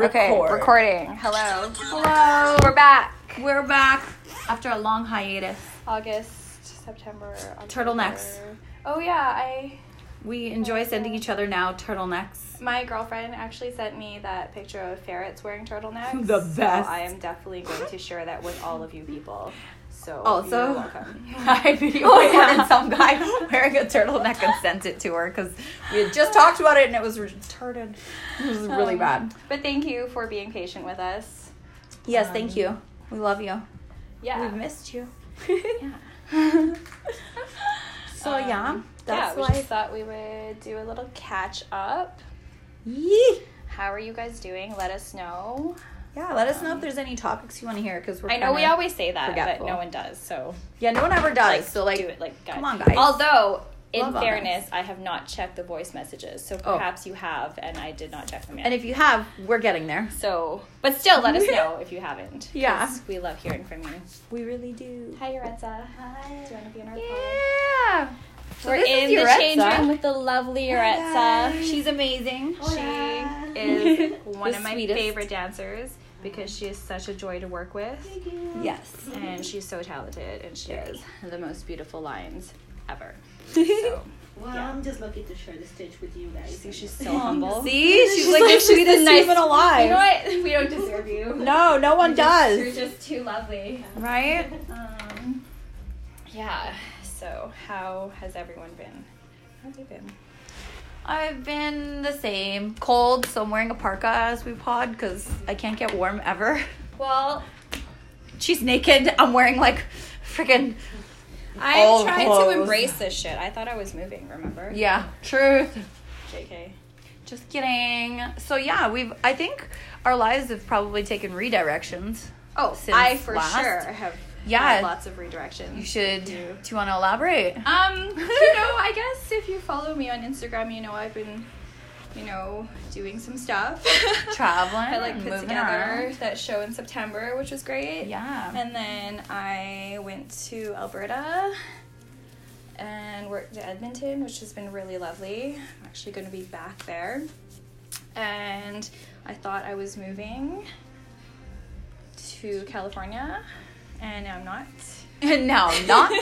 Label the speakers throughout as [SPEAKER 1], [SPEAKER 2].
[SPEAKER 1] Okay,
[SPEAKER 2] Record.
[SPEAKER 1] recording. Hello.
[SPEAKER 2] Hello.
[SPEAKER 1] We're back.
[SPEAKER 2] We're back after a long hiatus.
[SPEAKER 1] August, September. October.
[SPEAKER 2] Turtlenecks.
[SPEAKER 1] Oh yeah, I
[SPEAKER 2] We enjoy sending each other now turtlenecks.
[SPEAKER 1] my girlfriend actually sent me that picture of ferrets wearing turtlenecks.
[SPEAKER 2] The
[SPEAKER 1] so
[SPEAKER 2] best.
[SPEAKER 1] I am definitely going to share that with all of you people. So
[SPEAKER 2] Also-
[SPEAKER 1] you're welcome.
[SPEAKER 2] I video
[SPEAKER 1] Oh, yeah.
[SPEAKER 2] recorded some guy wearing a turtleneck and sent it to her because we had just talked about it and it was retarded. It was really
[SPEAKER 1] Um,
[SPEAKER 2] bad.
[SPEAKER 1] But thank you for being patient with us.
[SPEAKER 2] Yes, thank you. We love you. We've
[SPEAKER 1] Yeah.
[SPEAKER 2] missed you.
[SPEAKER 1] yeah.
[SPEAKER 2] so
[SPEAKER 1] Um,
[SPEAKER 2] yeah,
[SPEAKER 1] yeah,
[SPEAKER 2] that's
[SPEAKER 1] we just
[SPEAKER 2] life.
[SPEAKER 1] thought we would do a little catch up.
[SPEAKER 2] Yee.
[SPEAKER 1] How are you guys doing? Let us know.
[SPEAKER 2] Yeah, let us know if there's any topics you want to hear because we're.
[SPEAKER 1] I know we
[SPEAKER 2] kinda-
[SPEAKER 1] always say that,
[SPEAKER 2] forgetful.
[SPEAKER 1] but no one does. So
[SPEAKER 2] Yeah, no one ever does. so like,
[SPEAKER 1] do it, like guys.
[SPEAKER 2] come on, guys.
[SPEAKER 1] Although, in
[SPEAKER 2] Love on
[SPEAKER 1] fairness, I have not checked the voice messages, so
[SPEAKER 2] Oh.
[SPEAKER 1] perhaps you have, and I did not check them yet.
[SPEAKER 2] and if you have, we're getting there.
[SPEAKER 1] so, but still, let us know if you haven't.
[SPEAKER 2] Yeah.
[SPEAKER 1] 'cause We love hearing from you.
[SPEAKER 2] We really do.
[SPEAKER 1] Hi, Yoretza. Hi. Do you want to be in our pod?
[SPEAKER 2] Yeah. So
[SPEAKER 1] We're
[SPEAKER 2] this is
[SPEAKER 1] in the
[SPEAKER 2] Yoretza.
[SPEAKER 1] change room with the lovely
[SPEAKER 2] Hi,
[SPEAKER 1] Yoretza.
[SPEAKER 2] guys.
[SPEAKER 1] She's amazing.
[SPEAKER 2] Hola.
[SPEAKER 1] She is one
[SPEAKER 2] The
[SPEAKER 1] of my
[SPEAKER 2] sweetest.
[SPEAKER 1] favorite dancers because she is such a joy to work with.
[SPEAKER 2] Yes.
[SPEAKER 1] and she's so talented and she has the most beautiful lines ever. So,
[SPEAKER 3] Well, I'm just lucky to share the stage with you guys.
[SPEAKER 1] see, she's so humble.
[SPEAKER 2] See, she's, like,
[SPEAKER 1] like
[SPEAKER 2] the
[SPEAKER 1] the
[SPEAKER 2] sweetest
[SPEAKER 1] nice-
[SPEAKER 2] human alive.
[SPEAKER 1] You know what? We don't deserve you.
[SPEAKER 2] No, no one
[SPEAKER 1] You're
[SPEAKER 2] does.
[SPEAKER 1] just too lovely.
[SPEAKER 2] Right?
[SPEAKER 1] Um, yeah. So, how has everyone been? How have you been?
[SPEAKER 2] I've been the same. Cold, so I'm wearing a parka as we pod because I can't get warm ever.
[SPEAKER 1] Well,
[SPEAKER 2] She's naked. I'm wearing like freaking.
[SPEAKER 1] I
[SPEAKER 2] All
[SPEAKER 1] tried
[SPEAKER 2] clothes.
[SPEAKER 1] to embrace this shit. I thought I was moving. Remember?
[SPEAKER 2] Yeah, truth.
[SPEAKER 1] Jk.
[SPEAKER 2] Just kidding. So yeah, we've. I think our lives have probably taken redirections.
[SPEAKER 1] Oh,
[SPEAKER 2] Since
[SPEAKER 1] I for
[SPEAKER 2] last?
[SPEAKER 1] sure have.
[SPEAKER 2] Yeah.
[SPEAKER 1] had lots of redirections.
[SPEAKER 2] You should. Do you want to elaborate?
[SPEAKER 1] Um, you know, I guess if you follow me on Instagram, you know I've been, you know, doing some stuff.
[SPEAKER 2] Traveling
[SPEAKER 1] I like
[SPEAKER 2] and
[SPEAKER 1] put
[SPEAKER 2] moving
[SPEAKER 1] together
[SPEAKER 2] around.
[SPEAKER 1] that show in September, which was great.
[SPEAKER 2] Yeah.
[SPEAKER 1] And then I went to Alberta and worked at Edmonton, which has been really lovely. I'm actually going to be back there. And I thought I was moving to California, and I'm not.
[SPEAKER 2] no, not.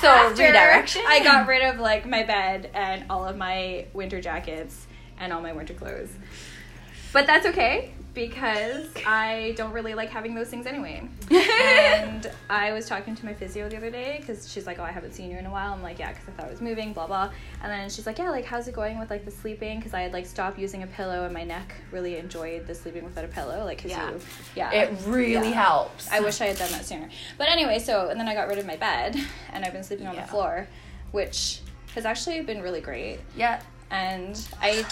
[SPEAKER 2] So,
[SPEAKER 1] After
[SPEAKER 2] redirection?
[SPEAKER 1] I got rid of like my bed and all of my winter jackets and all my winter clothes. But that's okay because I don't really like having those things anyway. and I was talking to my physio the other day because she's like, "Oh, I haven't seen you in a while." I'm like, "Yeah," because I thought I was moving, blah blah. And then she's like, "Yeah, like how's it going with like the sleeping?" Because I had like stopped using a pillow and my neck really enjoyed the sleeping without a pillow, like 'cause
[SPEAKER 2] Yeah.
[SPEAKER 1] you, yeah,
[SPEAKER 2] It really
[SPEAKER 1] Yeah.
[SPEAKER 2] helps.
[SPEAKER 1] I wish I had done that sooner. But anyway, so and then I got rid of my bed and I've been sleeping on
[SPEAKER 2] Yeah.
[SPEAKER 1] the floor, which has actually been really great.
[SPEAKER 2] yeah.
[SPEAKER 1] And I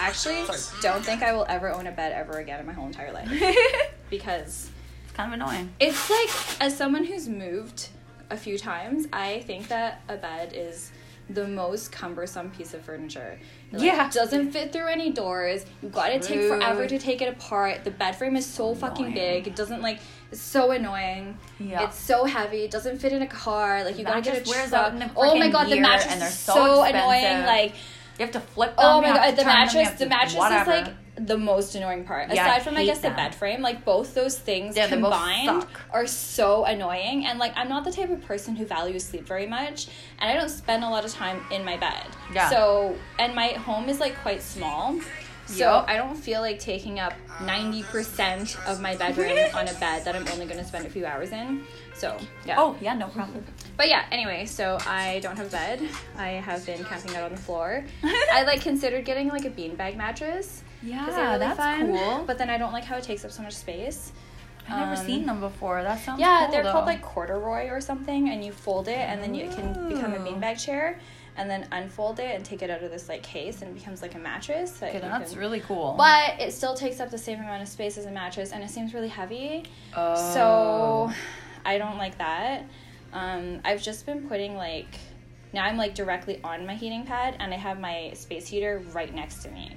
[SPEAKER 1] actually don't think I will ever own a bed ever again in my whole entire life
[SPEAKER 2] it's
[SPEAKER 1] because
[SPEAKER 2] kind of annoying.
[SPEAKER 1] it's like as someone who's moved a few times, I think that a bed is the most cumbersome piece of furniture. It, like,
[SPEAKER 2] Yeah.
[SPEAKER 1] doesn't fit through any doors. You gotta take forever to take it apart. The bed frame is so fucking
[SPEAKER 2] Annoying.
[SPEAKER 1] big. It doesn't like it's so annoying.
[SPEAKER 2] Yeah.
[SPEAKER 1] It's so heavy. It doesn't fit in a car. Like you
[SPEAKER 2] That
[SPEAKER 1] gotta get a
[SPEAKER 2] just wears
[SPEAKER 1] truck.
[SPEAKER 2] out in a
[SPEAKER 1] oh my
[SPEAKER 2] frickin'
[SPEAKER 1] god, the
[SPEAKER 2] year,
[SPEAKER 1] mattress
[SPEAKER 2] and they're
[SPEAKER 1] is
[SPEAKER 2] so
[SPEAKER 1] so,
[SPEAKER 2] expensive.
[SPEAKER 1] annoying. Like
[SPEAKER 2] You have to flip them.
[SPEAKER 1] oh
[SPEAKER 2] you
[SPEAKER 1] my
[SPEAKER 2] have
[SPEAKER 1] god,
[SPEAKER 2] to
[SPEAKER 1] the
[SPEAKER 2] turn them, you
[SPEAKER 1] mattress.
[SPEAKER 2] have
[SPEAKER 1] The
[SPEAKER 2] to-
[SPEAKER 1] mattress
[SPEAKER 2] whatever.
[SPEAKER 1] is like the most annoying part.
[SPEAKER 2] Yeah, I
[SPEAKER 1] Aside from I
[SPEAKER 2] hate
[SPEAKER 1] guess
[SPEAKER 2] them.
[SPEAKER 1] the bed frame, like both those things
[SPEAKER 2] Yeah, they both
[SPEAKER 1] combined
[SPEAKER 2] suck.
[SPEAKER 1] are so annoying. And like I'm not the type of person who values sleep very much, and I don't spend a lot of time in my bed.
[SPEAKER 2] Yeah.
[SPEAKER 1] So and my home is like quite small. So
[SPEAKER 2] Yup.
[SPEAKER 1] I don't feel like taking up 90% of my bedroom on a bed that I'm only going to spend a few hours in. So, yeah.
[SPEAKER 2] Oh yeah, no problem.
[SPEAKER 1] But yeah, anyway, so I don't have a bed. I have been camping out on the floor. I like considered getting like a beanbag mattress. 'cause they're
[SPEAKER 2] Yeah, that's cool.
[SPEAKER 1] But then I don't like how it takes up so much space.
[SPEAKER 2] I've never
[SPEAKER 1] Um,
[SPEAKER 2] seen them before. That sounds
[SPEAKER 1] Yeah,
[SPEAKER 2] cool,
[SPEAKER 1] they're
[SPEAKER 2] though.
[SPEAKER 1] called like corduroy or something, and you fold it, and then you, it can become a
[SPEAKER 2] Ooh.
[SPEAKER 1] beanbag chair, and then unfold it and take it out of this like case, and it becomes like a mattress. that
[SPEAKER 2] Okay,
[SPEAKER 1] you
[SPEAKER 2] that's
[SPEAKER 1] can-
[SPEAKER 2] really cool.
[SPEAKER 1] But it still takes up the same amount of space as a mattress, and it seems really heavy.
[SPEAKER 2] Oh.
[SPEAKER 1] So I don't like that. Um, I've just been putting like now I'm like directly on my heating pad and I have my space heater right next to me.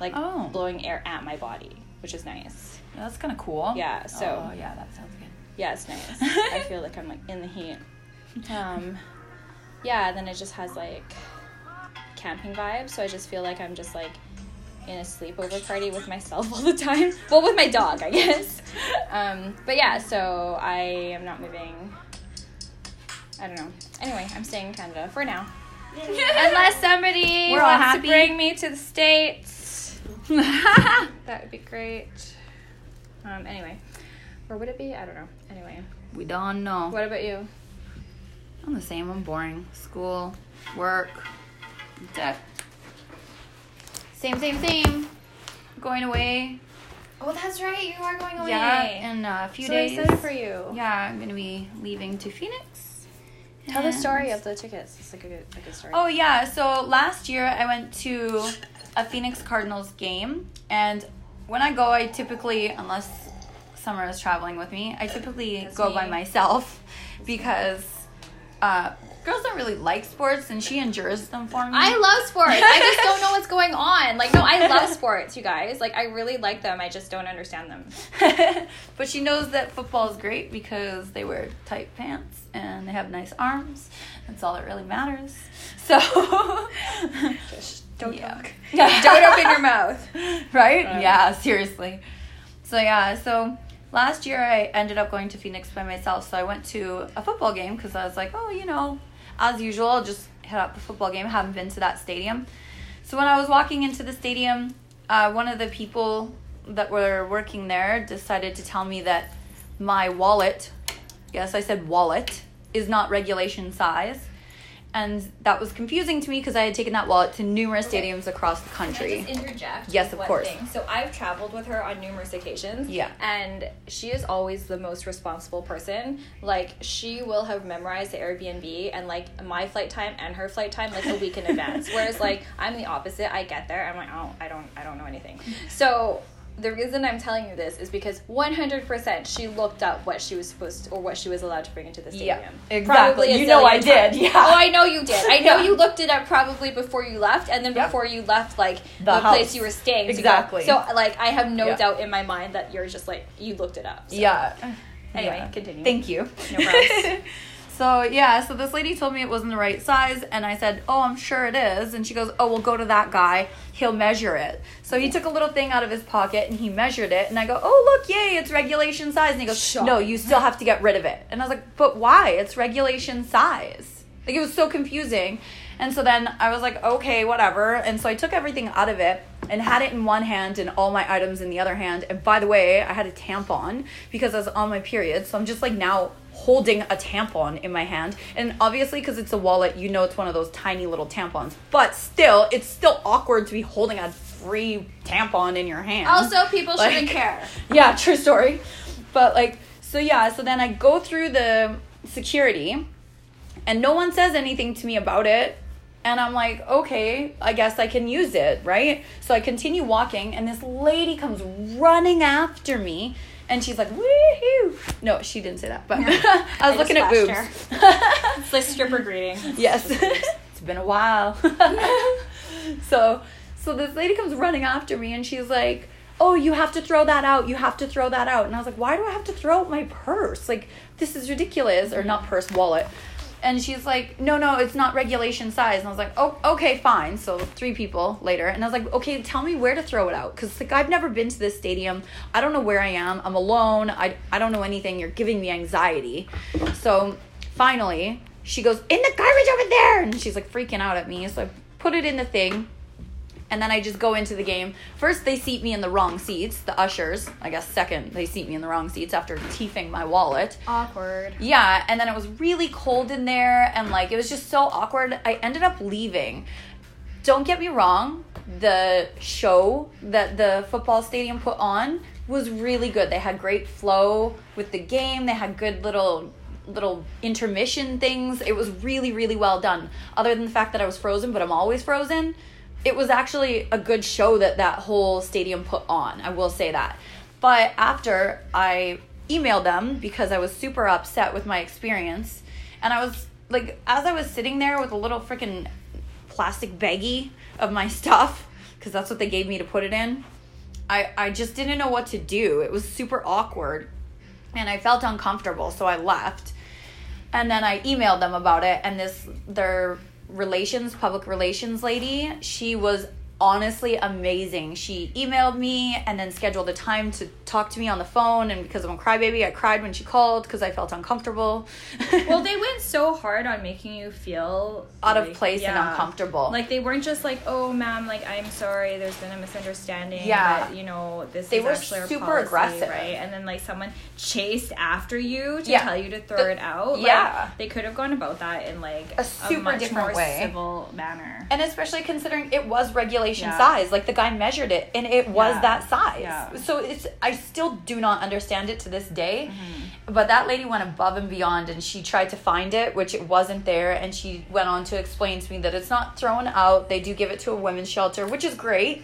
[SPEAKER 1] Like
[SPEAKER 2] Oh.
[SPEAKER 1] blowing air at my body, which is nice.
[SPEAKER 2] that's kind of cool.
[SPEAKER 1] Yeah, so-
[SPEAKER 2] Oh yeah, that sounds good.
[SPEAKER 1] Yeah, it's nice. I feel like I'm like in the heat. Um yeah, and then it just has like camping vibes, so I just feel like I'm just like in a sleepover party with myself all the time. Well, with my dog, I guess. Um, but yeah, so I am not moving. I don't know. Anyway, I'm staying in Canada for now. Unless somebody
[SPEAKER 2] We're all
[SPEAKER 1] wants
[SPEAKER 2] happy.
[SPEAKER 1] to bring me to the States, that would be great. Um, anyway, or would it be? I don't know. Anyway,
[SPEAKER 2] we don't know.
[SPEAKER 1] what about you?
[SPEAKER 2] I'm the same. I'm boring. School, work, debt. Same, same, same. Going away.
[SPEAKER 1] Oh, that's right. You are going
[SPEAKER 2] Yeah, in a few
[SPEAKER 1] so
[SPEAKER 2] days.
[SPEAKER 1] excited for you.
[SPEAKER 2] Yeah, I'm gonna be leaving to Phoenix.
[SPEAKER 1] Tell the
[SPEAKER 2] And-
[SPEAKER 1] story of the tickets. It's like a good, a good story.
[SPEAKER 2] Oh yeah, so last year I went to a Phoenix Cardinals game, and when I go, I typically, unless Summer is traveling with me, I typically
[SPEAKER 1] That's
[SPEAKER 2] go
[SPEAKER 1] me.
[SPEAKER 2] by myself because uh, girls don't really like sports, and she endures them for me.
[SPEAKER 1] I love sports. I just don't know what's going on. Like, no, I love sports, you guys. Like, I really like them. I just don't understand them.
[SPEAKER 2] but she knows that football is great because they wear tight pants and they have nice arms. That's all that really matters. So,
[SPEAKER 1] Just don't
[SPEAKER 2] Yeah.
[SPEAKER 1] talk.
[SPEAKER 2] Don't open your
[SPEAKER 1] mouth.
[SPEAKER 2] right?
[SPEAKER 1] Um,
[SPEAKER 2] yeah, seriously. So, yeah, so last year I ended up going to Phoenix by myself. So, I went to a football game because I was like, oh, you know, as usual, I'll just hit up a football game. Haven't been to that stadium. So, when I was walking into the stadium, uh, one of the people that were working there decided to tell me that my wallet, yes, I said wallet, is not regulation size. And that was confusing to me because I had taken that wallet to numerous
[SPEAKER 1] Okay.
[SPEAKER 2] stadiums across the country.
[SPEAKER 1] Can I just interject?
[SPEAKER 2] Yes,
[SPEAKER 1] with
[SPEAKER 2] of
[SPEAKER 1] one
[SPEAKER 2] course.
[SPEAKER 1] thing? So I've traveled with her on numerous occasions.
[SPEAKER 2] Yeah.
[SPEAKER 1] And she is always the most responsible person. Like she will have memorized the Airbnb and like my flight time and her flight time like a week in advance. Whereas like I'm the opposite. I get there. I'm like oh I don't I don't know anything. So. The reason I'm telling you this is because 100% she looked up what she was supposed to, or what she was allowed to bring into the
[SPEAKER 2] Yeah,
[SPEAKER 1] stadium.
[SPEAKER 2] exactly.
[SPEAKER 1] a
[SPEAKER 2] You know I
[SPEAKER 1] zillion
[SPEAKER 2] did,
[SPEAKER 1] times.
[SPEAKER 2] yeah.
[SPEAKER 1] Oh, I know you did. I know
[SPEAKER 2] Yeah.
[SPEAKER 1] you looked it up probably before you left, and then
[SPEAKER 2] Yep.
[SPEAKER 1] before you left, like
[SPEAKER 2] The
[SPEAKER 1] the,
[SPEAKER 2] house.
[SPEAKER 1] place you were staying. to go.
[SPEAKER 2] Exactly.
[SPEAKER 1] So, like, I have no
[SPEAKER 2] Yeah.
[SPEAKER 1] doubt in my mind that you're just like you looked it up. So.
[SPEAKER 2] Yeah.
[SPEAKER 1] Anyway, continue.
[SPEAKER 2] Thank you.
[SPEAKER 1] No problem.
[SPEAKER 2] so yeah, so this lady told me it wasn't the right size, and I said, "Oh, I'm sure it is." And she goes, "Oh, well, go to that guy. He'll measure it." So he took a little thing out of his pocket and he measured it, and I go, "Oh, look, yay, it's regulation size." And he goes,
[SPEAKER 1] Shocking.
[SPEAKER 2] "No, you still have to get rid of it." And I was like, "But why? It's regulation size." Like it was so confusing. And so then I was like, "Okay, whatever." And so I took everything out of it and had it in one hand and all my items in the other hand. And by the way, I had a tampon because I was on my period. So I'm just like now holding a tampon in my hand. And obviously, because it's a wallet, you know it's one of those tiny little tampons. But still, it's still awkward to be holding a free tampon in your hand.
[SPEAKER 1] Also, people
[SPEAKER 2] Like-
[SPEAKER 1] shouldn't care.
[SPEAKER 2] Yeah, true story. But like, so yeah, so then I go through the security and no one says anything to me about it. And I'm like, okay, I guess I can use it, right? So I continue walking, and this lady comes running after me, and she's like, woohoo. No, she didn't say that, but I was
[SPEAKER 1] I
[SPEAKER 2] looking at
[SPEAKER 1] just
[SPEAKER 2] boobs.
[SPEAKER 1] flashed It's like stripper greeting.
[SPEAKER 2] Yes. it's been a while. so so this lady comes running after me and she's like, "Oh, you have to throw that out. You have to throw that out." And I was like, "Why do I have to throw out my purse? Like this is ridiculous or not purse, wallet." And she's like, "No, no, it's not regulation size." And I was like, "Oh, okay, fine." So three people later, and I was like, "Okay, tell me where to throw it out cuz like I've never been to this stadium. I don't know where I am. I'm alone. I I don't know anything. You're giving me anxiety." So finally, she goes, In the garbage over there! And she's like freaking out at me. So I put it in the thing. And then I just go into the game. First, they seat me in the wrong seats, the ushers. I guess second, they seat me in the wrong seats after teething my wallet.
[SPEAKER 1] Awkward.
[SPEAKER 2] Yeah, and then it was really cold in there, and like it was just so awkward. I ended up leaving. Don't get me wrong, the show that the football stadium put on was really good. They had great flow with the game. They had good little little intermission things. It was really really well done. Other than the fact that I was frozen, but I'm always frozen. It was actually a good show that that whole stadium put on. I will say that. But after I emailed them because I was super upset with my experience, and I was like, as I was sitting there with a little freaking plastic baggie of my stuff, because that's what they gave me to put it in, I, I just didn't know what to do. It was super awkward, and I felt uncomfortable, so I left. And then I emailed them about it, and this, their relations, public relations lady, she was honestly amazing. She emailed me and then scheduled a time to talk to me on the phone. And because I'm a crybaby, I cried when she called because I felt uncomfortable.
[SPEAKER 1] Well, they went so hard on making you feel
[SPEAKER 2] Out of
[SPEAKER 1] like-
[SPEAKER 2] place and
[SPEAKER 1] yeah.
[SPEAKER 2] uncomfortable.
[SPEAKER 1] Like they weren't just like, "Oh, ma'am, like I'm sorry, there's been a misunderstanding."
[SPEAKER 2] Yeah.
[SPEAKER 1] but, you know this.
[SPEAKER 2] They
[SPEAKER 1] is
[SPEAKER 2] were
[SPEAKER 1] actually our
[SPEAKER 2] super
[SPEAKER 1] policy,
[SPEAKER 2] aggressive.
[SPEAKER 1] right? And then like someone chased after you to
[SPEAKER 2] Yeah.
[SPEAKER 1] tell you to throw
[SPEAKER 2] The-
[SPEAKER 1] it out. Like,
[SPEAKER 2] yeah.
[SPEAKER 1] they could have gone about that in like
[SPEAKER 2] A super
[SPEAKER 1] much
[SPEAKER 2] different
[SPEAKER 1] more
[SPEAKER 2] way.
[SPEAKER 1] civil manner.
[SPEAKER 2] and especially considering it was regulation
[SPEAKER 1] Yeah.
[SPEAKER 2] size like the guy measured it and it was
[SPEAKER 1] Yeah.
[SPEAKER 2] that size
[SPEAKER 1] Yeah.
[SPEAKER 2] so it's i still do not understand it to this day but that lady went above and beyond and she tried to find it which it wasn't there and she went on to explain to me that it's not thrown out they do give it to a women's shelter which is great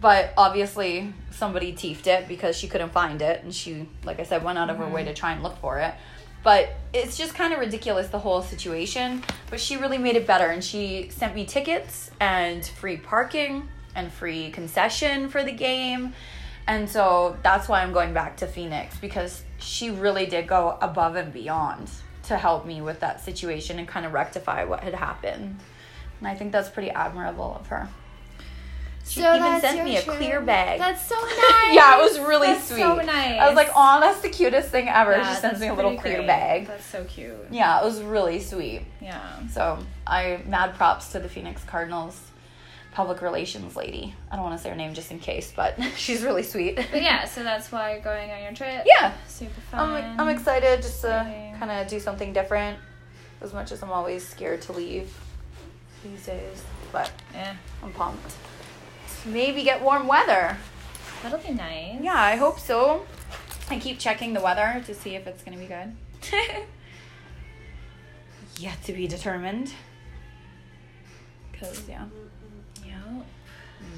[SPEAKER 2] but obviously somebody teefed it because she couldn't find it and she like i said went out of her way to try and look for it but it's just kind of ridiculous the whole situation but she really made it better and she sent me tickets and free parking and free concession for the game and so that's why i'm going back to phoenix because she really did go above and beyond to help me with that situation and kind of rectify what had happened and i think that's pretty admirable of her she
[SPEAKER 1] So
[SPEAKER 2] even
[SPEAKER 1] that's
[SPEAKER 2] sent
[SPEAKER 1] your
[SPEAKER 2] me a
[SPEAKER 1] trip.
[SPEAKER 2] clear bag
[SPEAKER 1] That's so nice.
[SPEAKER 2] yeah, it was really
[SPEAKER 1] That's
[SPEAKER 2] sweet.
[SPEAKER 1] So nice.
[SPEAKER 2] I was like, oh, that's the cutest thing ever.
[SPEAKER 1] Yeah,
[SPEAKER 2] she sends
[SPEAKER 1] that's
[SPEAKER 2] me a little
[SPEAKER 1] pretty
[SPEAKER 2] clear
[SPEAKER 1] great.
[SPEAKER 2] bag.
[SPEAKER 1] That's so cute.
[SPEAKER 2] Yeah, it was really sweet.
[SPEAKER 1] Yeah.
[SPEAKER 2] So I mad props to the Phoenix Cardinals public relations lady. I don't want to say her name just in case, but she's really sweet.
[SPEAKER 1] But yeah, so that's why you're going on your trip.
[SPEAKER 2] Yeah.
[SPEAKER 1] Super fun.
[SPEAKER 2] Oh I'm, I'm excited just to
[SPEAKER 1] Exciting.
[SPEAKER 2] kind of do something different as much as I'm always scared to leave these days, but
[SPEAKER 1] Yeah.
[SPEAKER 2] I'm pumped. Maybe get warm weather.
[SPEAKER 1] That'll be nice.
[SPEAKER 2] Yeah, I hope so. I keep checking the weather to see if it's gonna be good. Yet to be determined. Cause yeah.
[SPEAKER 1] Yeah.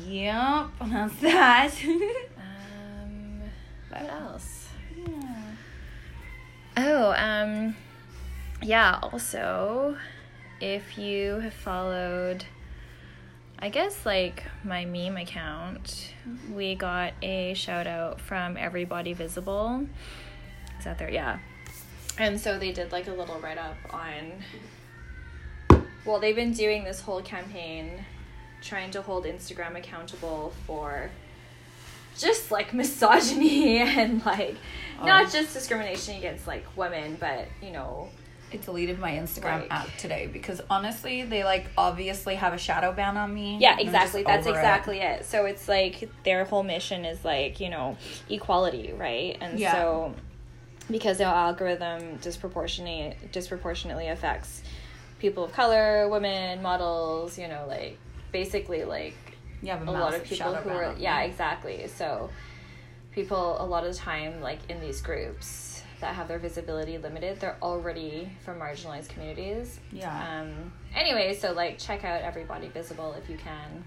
[SPEAKER 2] Yep, that's that.
[SPEAKER 1] Um,
[SPEAKER 2] What
[SPEAKER 1] else?
[SPEAKER 2] Yeah.
[SPEAKER 1] Oh, um, yeah, also, if you have followed, I guess, like my meme account, we got a shout out from Everybody Visible. Is that there? Yeah. And so they did like a little write up on. Well, they've been doing this whole campaign trying to hold Instagram accountable for just like misogyny and like not just discrimination against like women, but you know,
[SPEAKER 2] I deleted my Instagram
[SPEAKER 1] Like-
[SPEAKER 2] app today because honestly, they like obviously have a shadow ban on me.
[SPEAKER 1] yeah,
[SPEAKER 2] and I'm
[SPEAKER 1] exactly.
[SPEAKER 2] just
[SPEAKER 1] That's
[SPEAKER 2] over it.
[SPEAKER 1] exactly it. So it's like their whole mission is like you know equality, right? And
[SPEAKER 2] Yeah.
[SPEAKER 1] so because the algorithm disproportionately disproportionately affects people of color, women, models, you know, like basically like
[SPEAKER 2] You have a,
[SPEAKER 1] a lot of
[SPEAKER 2] massive
[SPEAKER 1] people
[SPEAKER 2] shadow
[SPEAKER 1] who
[SPEAKER 2] ban
[SPEAKER 1] are
[SPEAKER 2] on me.
[SPEAKER 1] yeah exactly so people a lot of the time like in these groups that have their visibility limited they're already from marginalized communities
[SPEAKER 2] Yeah.
[SPEAKER 1] um anyway so like check out everybody visible if you can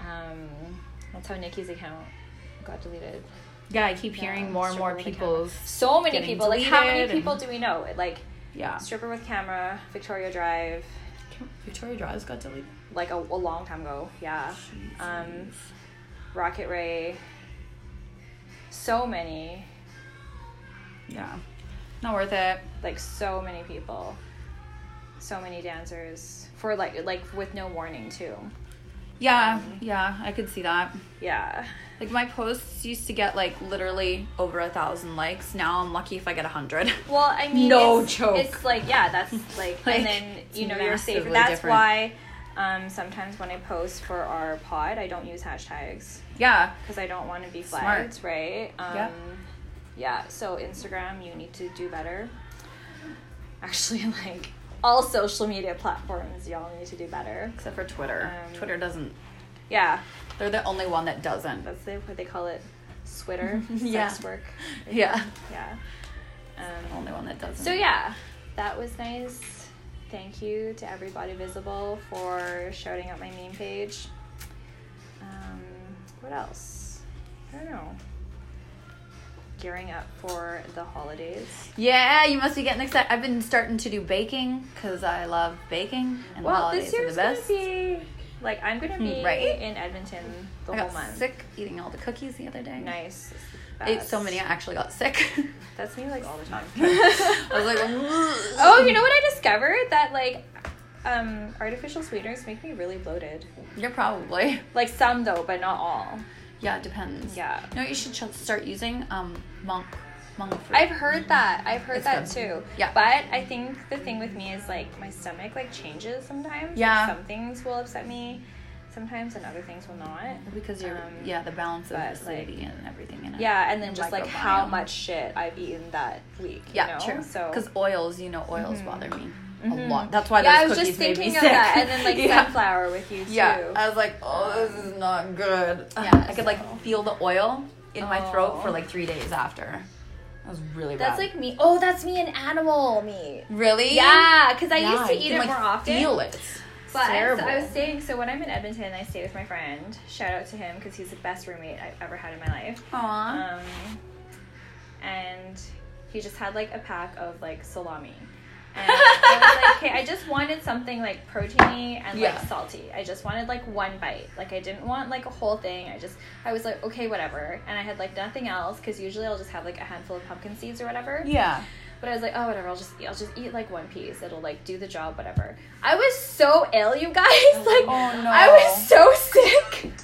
[SPEAKER 1] um that's how nikki's account got deleted
[SPEAKER 2] Yeah, I keep hearing
[SPEAKER 1] Yeah,
[SPEAKER 2] more and more
[SPEAKER 1] stripper with account.
[SPEAKER 2] people's.
[SPEAKER 1] so many
[SPEAKER 2] getting
[SPEAKER 1] people like how many
[SPEAKER 2] deleted
[SPEAKER 1] people
[SPEAKER 2] and-
[SPEAKER 1] do we know like
[SPEAKER 2] Yeah.
[SPEAKER 1] stripper with camera victoria drive
[SPEAKER 2] Victoria Drives got deleted.
[SPEAKER 1] like a, a long time ago yeah um Rocket Ray. So many,
[SPEAKER 2] yeah. Not worth it.
[SPEAKER 1] like so many people, so many dancers for like like with no warning too.
[SPEAKER 2] Yeah, yeah, I could see that.
[SPEAKER 1] Yeah,
[SPEAKER 2] Like my posts used to get like literally over a thousand likes. Now I'm lucky if I get a hundred.
[SPEAKER 1] Well, I mean,
[SPEAKER 2] No
[SPEAKER 1] it's,
[SPEAKER 2] joke.
[SPEAKER 1] It's like yeah, that's like,
[SPEAKER 2] Like,
[SPEAKER 1] and then
[SPEAKER 2] it's
[SPEAKER 1] you know you're safer.
[SPEAKER 2] massively
[SPEAKER 1] That's
[SPEAKER 2] different.
[SPEAKER 1] why um, sometimes when I post for our pod, I don't use hashtags
[SPEAKER 2] Yeah,
[SPEAKER 1] because I don't want to be
[SPEAKER 2] Smart.
[SPEAKER 1] flagged, right? Um,
[SPEAKER 2] Yeah.
[SPEAKER 1] Yeah. So Instagram, you need to do better. Actually, like all social media platforms, y'all need to do better.
[SPEAKER 2] except for Twitter.
[SPEAKER 1] Um,
[SPEAKER 2] Twitter doesn't.
[SPEAKER 1] Yeah,
[SPEAKER 2] They're the only one that doesn't.
[SPEAKER 1] that's the, what they call it, Twitter.
[SPEAKER 2] Yeah.
[SPEAKER 1] Sex work.
[SPEAKER 2] Yeah,
[SPEAKER 1] Yeah.
[SPEAKER 2] the
[SPEAKER 1] Um,
[SPEAKER 2] only one that doesn't.
[SPEAKER 1] so yeah, that was nice. Thank you to everybody visible for shouting out my meme page. Um, what else? I don't know. Gearing up for the holidays.
[SPEAKER 2] Yeah, you must be getting excited. I've been starting to do baking because I love baking, and the
[SPEAKER 1] well,
[SPEAKER 2] holidays
[SPEAKER 1] this
[SPEAKER 2] are
[SPEAKER 1] year's
[SPEAKER 2] the best.
[SPEAKER 1] gonna be like I'm gonna be
[SPEAKER 2] Mm, right?
[SPEAKER 1] in Edmonton the
[SPEAKER 2] I
[SPEAKER 1] whole
[SPEAKER 2] got
[SPEAKER 1] month.
[SPEAKER 2] sick eating all the cookies the other day.
[SPEAKER 1] Nice. It's the
[SPEAKER 2] I ate so
[SPEAKER 1] best.
[SPEAKER 2] many. I actually got sick.
[SPEAKER 1] That's me like all the time.
[SPEAKER 2] I was like,
[SPEAKER 1] Oh, you know what I discovered? That like um, artificial sweeteners make me really bloated.
[SPEAKER 2] You're probably.
[SPEAKER 1] Like some though, but not all.
[SPEAKER 2] Yeah, it depends.
[SPEAKER 1] Yeah.
[SPEAKER 2] You know what you should ch- start using? Um, monk. Monk fruit.
[SPEAKER 1] I've heard that. I've heard
[SPEAKER 2] It's
[SPEAKER 1] that
[SPEAKER 2] good.
[SPEAKER 1] too.
[SPEAKER 2] Yeah.
[SPEAKER 1] But I think the thing with me is like my stomach like changes sometimes. Like,
[SPEAKER 2] Yeah.
[SPEAKER 1] some things will upset me sometimes and other things will not.
[SPEAKER 2] because you're
[SPEAKER 1] um,
[SPEAKER 2] yeah the balance of
[SPEAKER 1] but,
[SPEAKER 2] acidity and everything in it.
[SPEAKER 1] Yeah, and then
[SPEAKER 2] Your
[SPEAKER 1] just like how
[SPEAKER 2] microbiome.
[SPEAKER 1] much shit I've eaten that week. You
[SPEAKER 2] Yeah,
[SPEAKER 1] know?
[SPEAKER 2] true.
[SPEAKER 1] So
[SPEAKER 2] because oils, you know, oils
[SPEAKER 1] Mhm.
[SPEAKER 2] bother me
[SPEAKER 1] Mhm.
[SPEAKER 2] a lot. That's why
[SPEAKER 1] yeah, I
[SPEAKER 2] those
[SPEAKER 1] was just
[SPEAKER 2] cookies made me
[SPEAKER 1] thinking of
[SPEAKER 2] sick.
[SPEAKER 1] that, and then like
[SPEAKER 2] yeah.
[SPEAKER 1] sunflower with you too.
[SPEAKER 2] Yeah, I was like, oh, this is not good.
[SPEAKER 1] Yeah,
[SPEAKER 2] Yeah, I could like feel the oil in my
[SPEAKER 1] Oh.
[SPEAKER 2] throat for like three days after. That was really
[SPEAKER 1] that's
[SPEAKER 2] bad.
[SPEAKER 1] like me. Oh, that's me and animal meat.
[SPEAKER 2] really
[SPEAKER 1] Yeah, because I
[SPEAKER 2] Yeah,
[SPEAKER 1] used to
[SPEAKER 2] you
[SPEAKER 1] eat
[SPEAKER 2] can,
[SPEAKER 1] it
[SPEAKER 2] like,
[SPEAKER 1] more often.
[SPEAKER 2] Feel it.
[SPEAKER 1] But I-
[SPEAKER 2] Terrible.
[SPEAKER 1] I was staying, so when I'm in Edmonton, I stay with my friend. Shout out to him because he's the best roommate I've ever had in my life.
[SPEAKER 2] Aw.
[SPEAKER 1] Um, and he just had like a pack of like salami. And I was like, okay, I just wanted something like proteiny and
[SPEAKER 2] Yeah.
[SPEAKER 1] like salty. I just wanted like one bite. Like I didn't want like a whole thing. I just I was like, okay, whatever. And I had like nothing else because usually I'll just have like a handful of pumpkin seeds or whatever.
[SPEAKER 2] yeah.
[SPEAKER 1] But I was like, oh whatever, I'll just I'll just eat like one piece. It'll like do the job, whatever. I was so ill, you guys. Like
[SPEAKER 2] Oh, no.
[SPEAKER 1] I was so sick.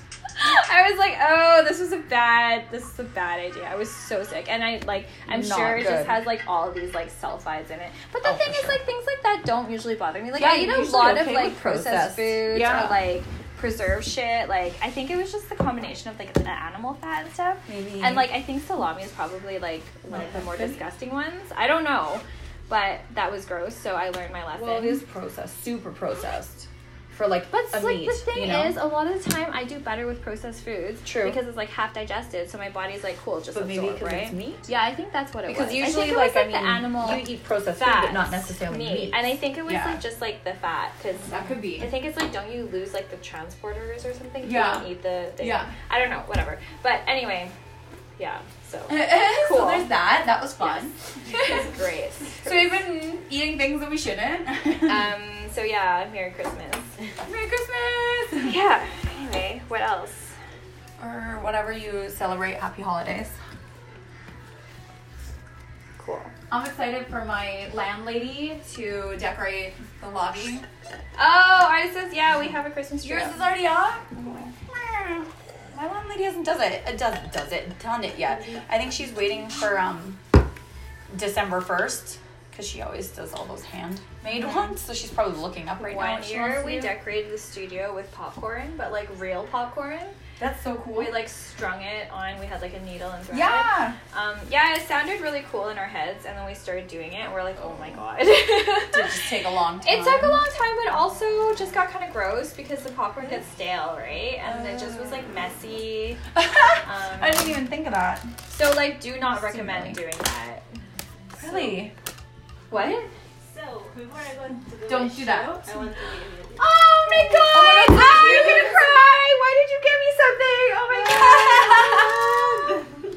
[SPEAKER 1] I was like, oh, this was a bad this is a bad idea. I was so sick. And I like I'm
[SPEAKER 2] Not
[SPEAKER 1] sure it
[SPEAKER 2] good.
[SPEAKER 1] just has like all these like sulfides in it. But the
[SPEAKER 2] Oh,
[SPEAKER 1] thing
[SPEAKER 2] for
[SPEAKER 1] is
[SPEAKER 2] sure.
[SPEAKER 1] like things like that don't usually bother me. Like
[SPEAKER 2] Yeah,
[SPEAKER 1] I eat
[SPEAKER 2] you're
[SPEAKER 1] a
[SPEAKER 2] usually
[SPEAKER 1] lot of
[SPEAKER 2] okay
[SPEAKER 1] like
[SPEAKER 2] with
[SPEAKER 1] processed
[SPEAKER 2] processed.
[SPEAKER 1] foods
[SPEAKER 2] Yeah.
[SPEAKER 1] or like preserved shit. Like I think it was just the combination of like the animal fat and stuff.
[SPEAKER 2] Maybe.
[SPEAKER 1] And like I think salami is probably like one of the more
[SPEAKER 2] Maybe.
[SPEAKER 1] disgusting ones. I don't know, but that was gross. So I learned my lesson.
[SPEAKER 2] Well, it is processed, super processed, for like
[SPEAKER 1] but
[SPEAKER 2] a
[SPEAKER 1] like
[SPEAKER 2] meat.
[SPEAKER 1] the thing
[SPEAKER 2] you know?
[SPEAKER 1] is, a lot of the time I do better with processed foods.
[SPEAKER 2] True.
[SPEAKER 1] Because it's like half digested, so my body's like cool, just
[SPEAKER 2] but maybe
[SPEAKER 1] absorb,
[SPEAKER 2] because
[SPEAKER 1] right?
[SPEAKER 2] it's meat.
[SPEAKER 1] Yeah, I think that's what it
[SPEAKER 2] Because
[SPEAKER 1] was. I
[SPEAKER 2] usually,
[SPEAKER 1] think it
[SPEAKER 2] like, I
[SPEAKER 1] was,
[SPEAKER 2] mean,
[SPEAKER 1] the animal
[SPEAKER 2] you eat processed food,
[SPEAKER 1] fat,
[SPEAKER 2] but not necessarily meat.
[SPEAKER 1] And I think it was
[SPEAKER 2] Yeah.
[SPEAKER 1] like just like the fat, because
[SPEAKER 2] that could be.
[SPEAKER 1] I think it's like don't you lose like the transporters or something? if
[SPEAKER 2] Yeah.
[SPEAKER 1] You don't eat the thing.
[SPEAKER 2] Yeah.
[SPEAKER 1] I don't know. Whatever. But anyway, yeah. So
[SPEAKER 2] cool.
[SPEAKER 1] Cool.
[SPEAKER 2] So there's that. That was fun.
[SPEAKER 1] it's great.
[SPEAKER 2] So we've been eating things that we shouldn't.
[SPEAKER 1] Um. So yeah. Merry Christmas.
[SPEAKER 2] Merry Christmas!
[SPEAKER 1] Yeah. Anyway, what else?
[SPEAKER 2] Or whatever you celebrate, happy holidays.
[SPEAKER 1] Cool.
[SPEAKER 2] I'm excited for my landlady to decorate the lobby.
[SPEAKER 1] Oh, ours says yeah. We have a Christmas tree.
[SPEAKER 2] Yours
[SPEAKER 1] up.
[SPEAKER 2] is already up? My landlady hasn't does it. It does does it done it yet. I think she's waiting for um December first because she always does all those hand made ones. So she's probably looking up Mm-hmm. right now.
[SPEAKER 1] One
[SPEAKER 2] what she wants
[SPEAKER 1] year
[SPEAKER 2] to
[SPEAKER 1] we
[SPEAKER 2] do.
[SPEAKER 1] decorated the studio with popcorn, but like real popcorn.
[SPEAKER 2] That's so cool.
[SPEAKER 1] We like strung it on. We had like a needle and thread.
[SPEAKER 2] yeah.
[SPEAKER 1] Um, yeah, it sounded really cool in our heads, and then we started doing it. And we're like, oh my god.
[SPEAKER 2] Did just take a long time.
[SPEAKER 1] It took a long time, but also just got kind of gross because the popcorn gets stale, right? And it just was like messy. Um,
[SPEAKER 2] I didn't even think of that.
[SPEAKER 1] So like, do not recommend
[SPEAKER 2] Similarly.
[SPEAKER 1] doing that.
[SPEAKER 2] Really? Oh
[SPEAKER 1] What?
[SPEAKER 3] So before I go to the
[SPEAKER 2] Don't do that.
[SPEAKER 3] show, I want to give you-
[SPEAKER 1] Oh my god!
[SPEAKER 2] Oh my God,
[SPEAKER 1] Ah,
[SPEAKER 2] did
[SPEAKER 1] you're
[SPEAKER 2] you-
[SPEAKER 1] gonna cry! Why did you give me something? Oh my god!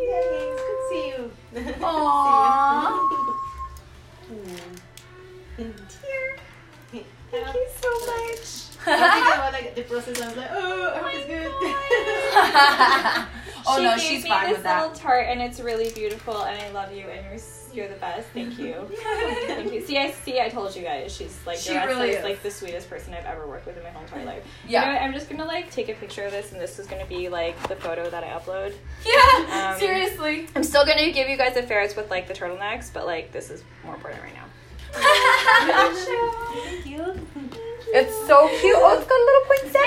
[SPEAKER 3] Yay, it's good to see you. Good to see you.
[SPEAKER 2] Aw.
[SPEAKER 1] Dear,
[SPEAKER 3] Thank
[SPEAKER 1] Thank you so much.
[SPEAKER 3] thinking about like the process. I was like, oh, I hope it's good.
[SPEAKER 2] oh
[SPEAKER 1] she
[SPEAKER 2] no,
[SPEAKER 1] gave
[SPEAKER 2] she's
[SPEAKER 1] me
[SPEAKER 2] fine
[SPEAKER 1] this
[SPEAKER 2] with that.
[SPEAKER 1] little tart, and it's really beautiful. And I love you, and you're s- you're the best. Thank you.
[SPEAKER 2] Oh
[SPEAKER 1] Thank you. See, I see. I told you guys, she's like
[SPEAKER 2] She
[SPEAKER 1] Doressa
[SPEAKER 2] really
[SPEAKER 1] is,
[SPEAKER 2] is.
[SPEAKER 1] like the sweetest person I've ever worked with in my whole entire life.
[SPEAKER 2] Yeah.
[SPEAKER 1] You know what? I'm just gonna like take a picture of this, and this is gonna be like the photo that I upload.
[SPEAKER 2] yeah,
[SPEAKER 1] Um,
[SPEAKER 2] seriously.
[SPEAKER 1] I'm still gonna give you guys the ferrets with like the turtlenecks, but like this is more important right now.
[SPEAKER 3] Thank you.
[SPEAKER 2] It's so cute. Oh, it's got a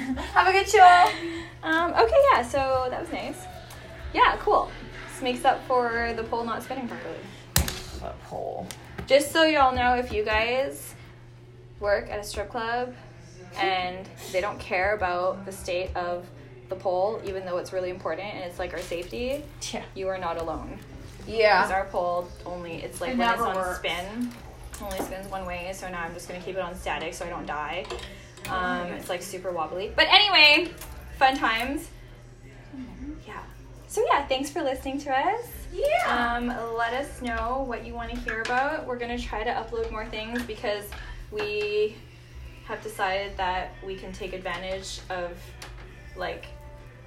[SPEAKER 2] little poinsettia. Oh, thank you. Have a good show.
[SPEAKER 1] Um, okay, yeah. So that was nice. Yeah, cool. This makes up for the poll not spinning properly.
[SPEAKER 2] Butthole.
[SPEAKER 1] Just so y'all know, if you guys work at a strip club and they don't care about the state of the poll, even though it's really important and it's like our safety,
[SPEAKER 2] Yeah.
[SPEAKER 1] you are not alone. Because
[SPEAKER 2] Yeah.
[SPEAKER 1] our poll only, it's like
[SPEAKER 2] It
[SPEAKER 1] when it's
[SPEAKER 2] never
[SPEAKER 1] on
[SPEAKER 2] works.
[SPEAKER 1] spin, only spins one way. So now I'm just gonna keep it on static so I don't die.
[SPEAKER 2] Oh
[SPEAKER 1] Um, it's like super wobbly. But anyway, fun times. Yeah. So yeah, thanks for listening to us.
[SPEAKER 2] Yeah.
[SPEAKER 1] Um, let us know what you want to hear about. We're gonna try to upload more things because we have decided that we can take advantage of like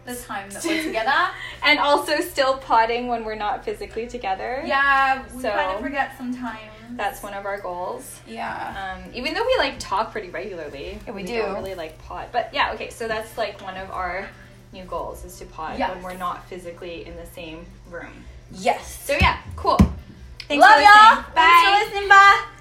[SPEAKER 2] the time that we're together.
[SPEAKER 1] and also still potting when we're not physically together.
[SPEAKER 2] Yeah, we
[SPEAKER 1] So-
[SPEAKER 2] kind of forget sometimes.
[SPEAKER 1] That's one of our goals.
[SPEAKER 2] yeah.
[SPEAKER 1] Um, even though we like talk pretty regularly,
[SPEAKER 2] Yeah, we
[SPEAKER 1] don't
[SPEAKER 2] do.
[SPEAKER 1] really like pot. But yeah, okay. So that's like one of our new goals is to pot
[SPEAKER 2] Yeah.
[SPEAKER 1] when we're not physically in the same room.
[SPEAKER 2] Yes.
[SPEAKER 1] So yeah, cool. Thanks
[SPEAKER 2] Love
[SPEAKER 1] for
[SPEAKER 2] y'all.
[SPEAKER 1] listening.
[SPEAKER 2] Thanks for listening. Bye.